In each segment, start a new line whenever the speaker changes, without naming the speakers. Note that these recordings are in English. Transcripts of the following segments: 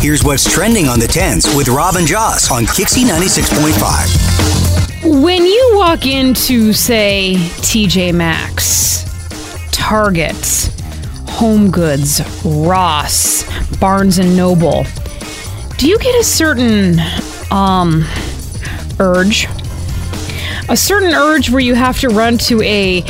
Here's what's trending on the 10s with Rob and Joss on Kixie 96.5.
When you walk into, say, TJ Maxx, Target, Home Goods, Ross, Barnes and Noble, do you get a certain um urge? A certain urge where you have to run to a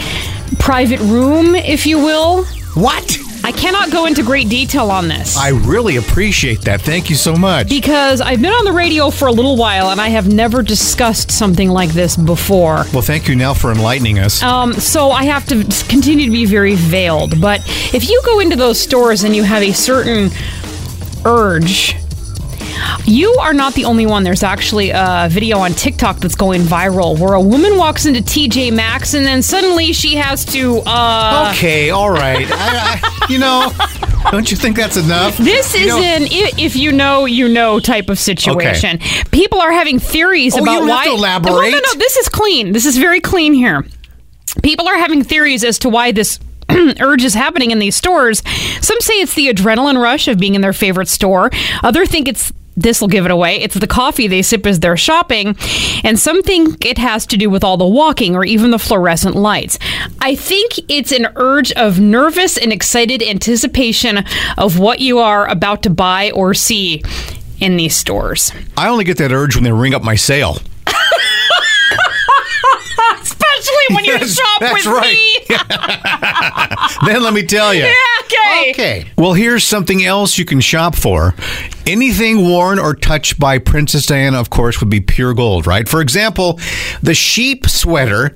private room, if you will?
What?
I cannot go into great detail on this.
I really appreciate that. Thank you so much.
because I've been on the radio for a little while and I have never discussed something like this before.
Well, thank you now for enlightening us.
Um, so I have to continue to be very veiled. But if you go into those stores and you have a certain urge, you are not the only one. There's actually a video on TikTok that's going viral where a woman walks into TJ Maxx and then suddenly she has to. Uh,
okay, all right. I, I, you know, don't you think that's enough?
This is
You know-
an i- if you know, you know type of situation. People are having theories
Oh, you
about
don't have
why.
to
No, no, no,
elaborate.
no. This is clean. This is very clean here. People are having theories as to why this. urge is happening in these stores. Some say it's the adrenaline rush of being in their favorite store. Other think it's this will give it away. It's the coffee they sip as they're shopping. And some think it has to do with all the walking or even the fluorescent lights. I think it's an urge of nervous and excited anticipation of what you are about to buy or see in these stores.
I only get that urge when they ring up my sale.
Especially when you
Yes,
shop
that's
with
right.
me.
Then let me tell you.
Okay.
Okay. Well, here's something else you can shop for. Anything worn or touched by Princess Diana, of course, would be pure gold, right? For example, the sheep sweater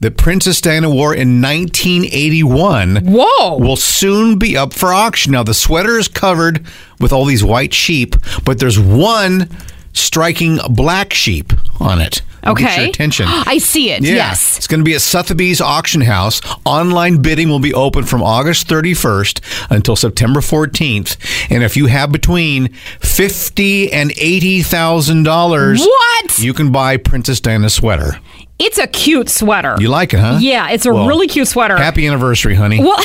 that Princess Diana wore in 1981
Whoa.
will soon be up for auction. Now, the sweater is covered with all these white sheep, but there's one striking black sheep on it. I'll
okay.
Get your attention.
I see it.
Yeah.
Yes.
It's going to be at Sotheby's Auction House. Online bidding will be open from August 31st until September 14th. And if you have between fifty and eighty thousand dollars,
What?
you can buy Princess Diana sweater.
It's a cute sweater.
You like it, huh?
Yeah, it's a
Well,
really cute sweater.
Happy anniversary, honey.
well,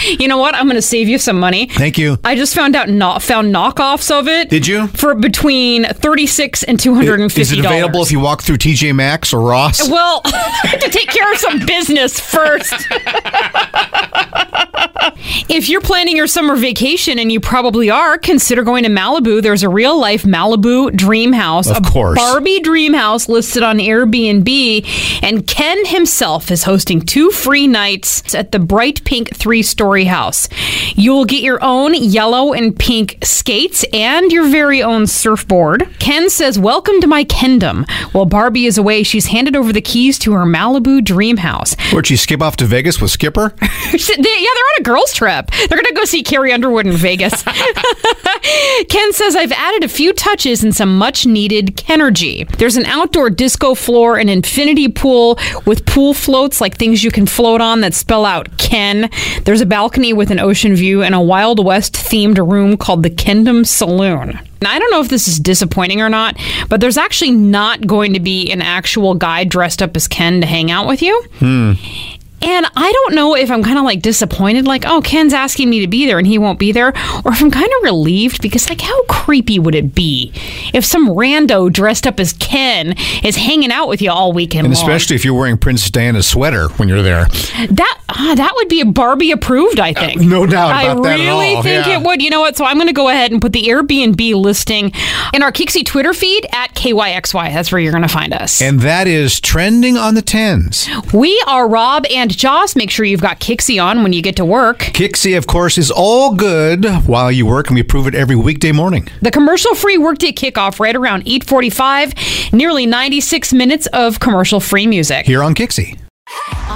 you know what? I'm going to save you some money.
Thank you.
I just found out not found knockoffs of it.
Did you?
For between 36 and 250.
Is it available if you walk through TJ Maxx or Ross?
Well, I have to take care of some business first. if you're planning your summer vacation, and you probably are, consider going to Malibu. There's a real life Malibu dream house.
Of
a
course.
Barbie dream house listed on Airbnb. And Ken himself is hosting two free nights at the bright pink three story house. You'll get your own yellow and pink skates and your very own surfboard. Ken says, Welcome to my kingdom. While Barbie is away, she's handed over the keys to her Malibu dream house.
Where'd she skip off to Vegas with Skipper?
They- yeah, they're on a girls' trip. They're going to go see Carrie Underwood in Vegas. Ken says, I've added a few touches and some much needed Kenergy. There's an outdoor disco floor, an infinity pool with pool floats, like things you can float on that spell out Ken. There's a balcony with an ocean view and a Wild West themed room called the Kendom Saloon. And I don't know if this is disappointing or not, but there's actually not going to be an actual guy dressed up as Ken to hang out with you. And I don't know if I'm kind of like disappointed, like, oh, Ken's asking me to be there and he won't be there, or if I'm kind of relieved because, like, how creepy would it be if some rando dressed up as Ken is hanging out with you all weekend
And
long?
especially if you're wearing Princess Diana's sweater when you're there.
that ah, that would be a Barbie approved, I think.
Uh, no doubt
I
about that at
really
all,
think
yeah.
it would. You know what? So I'm going to go ahead and put the Airbnb listing in our Kixie Twitter feed at KYXY. That's where you're going to find us.
And that is trending on the tens.
we are Rob and Joss. Make sure you've got Kixie on when you get to work.
Kixie, of course, is all good while you work, and we prove it every weekday morning.
The commercial-free workday kickoff right around 8:45, nearly 96 minutes of commercial-free music.
Here on Kixie.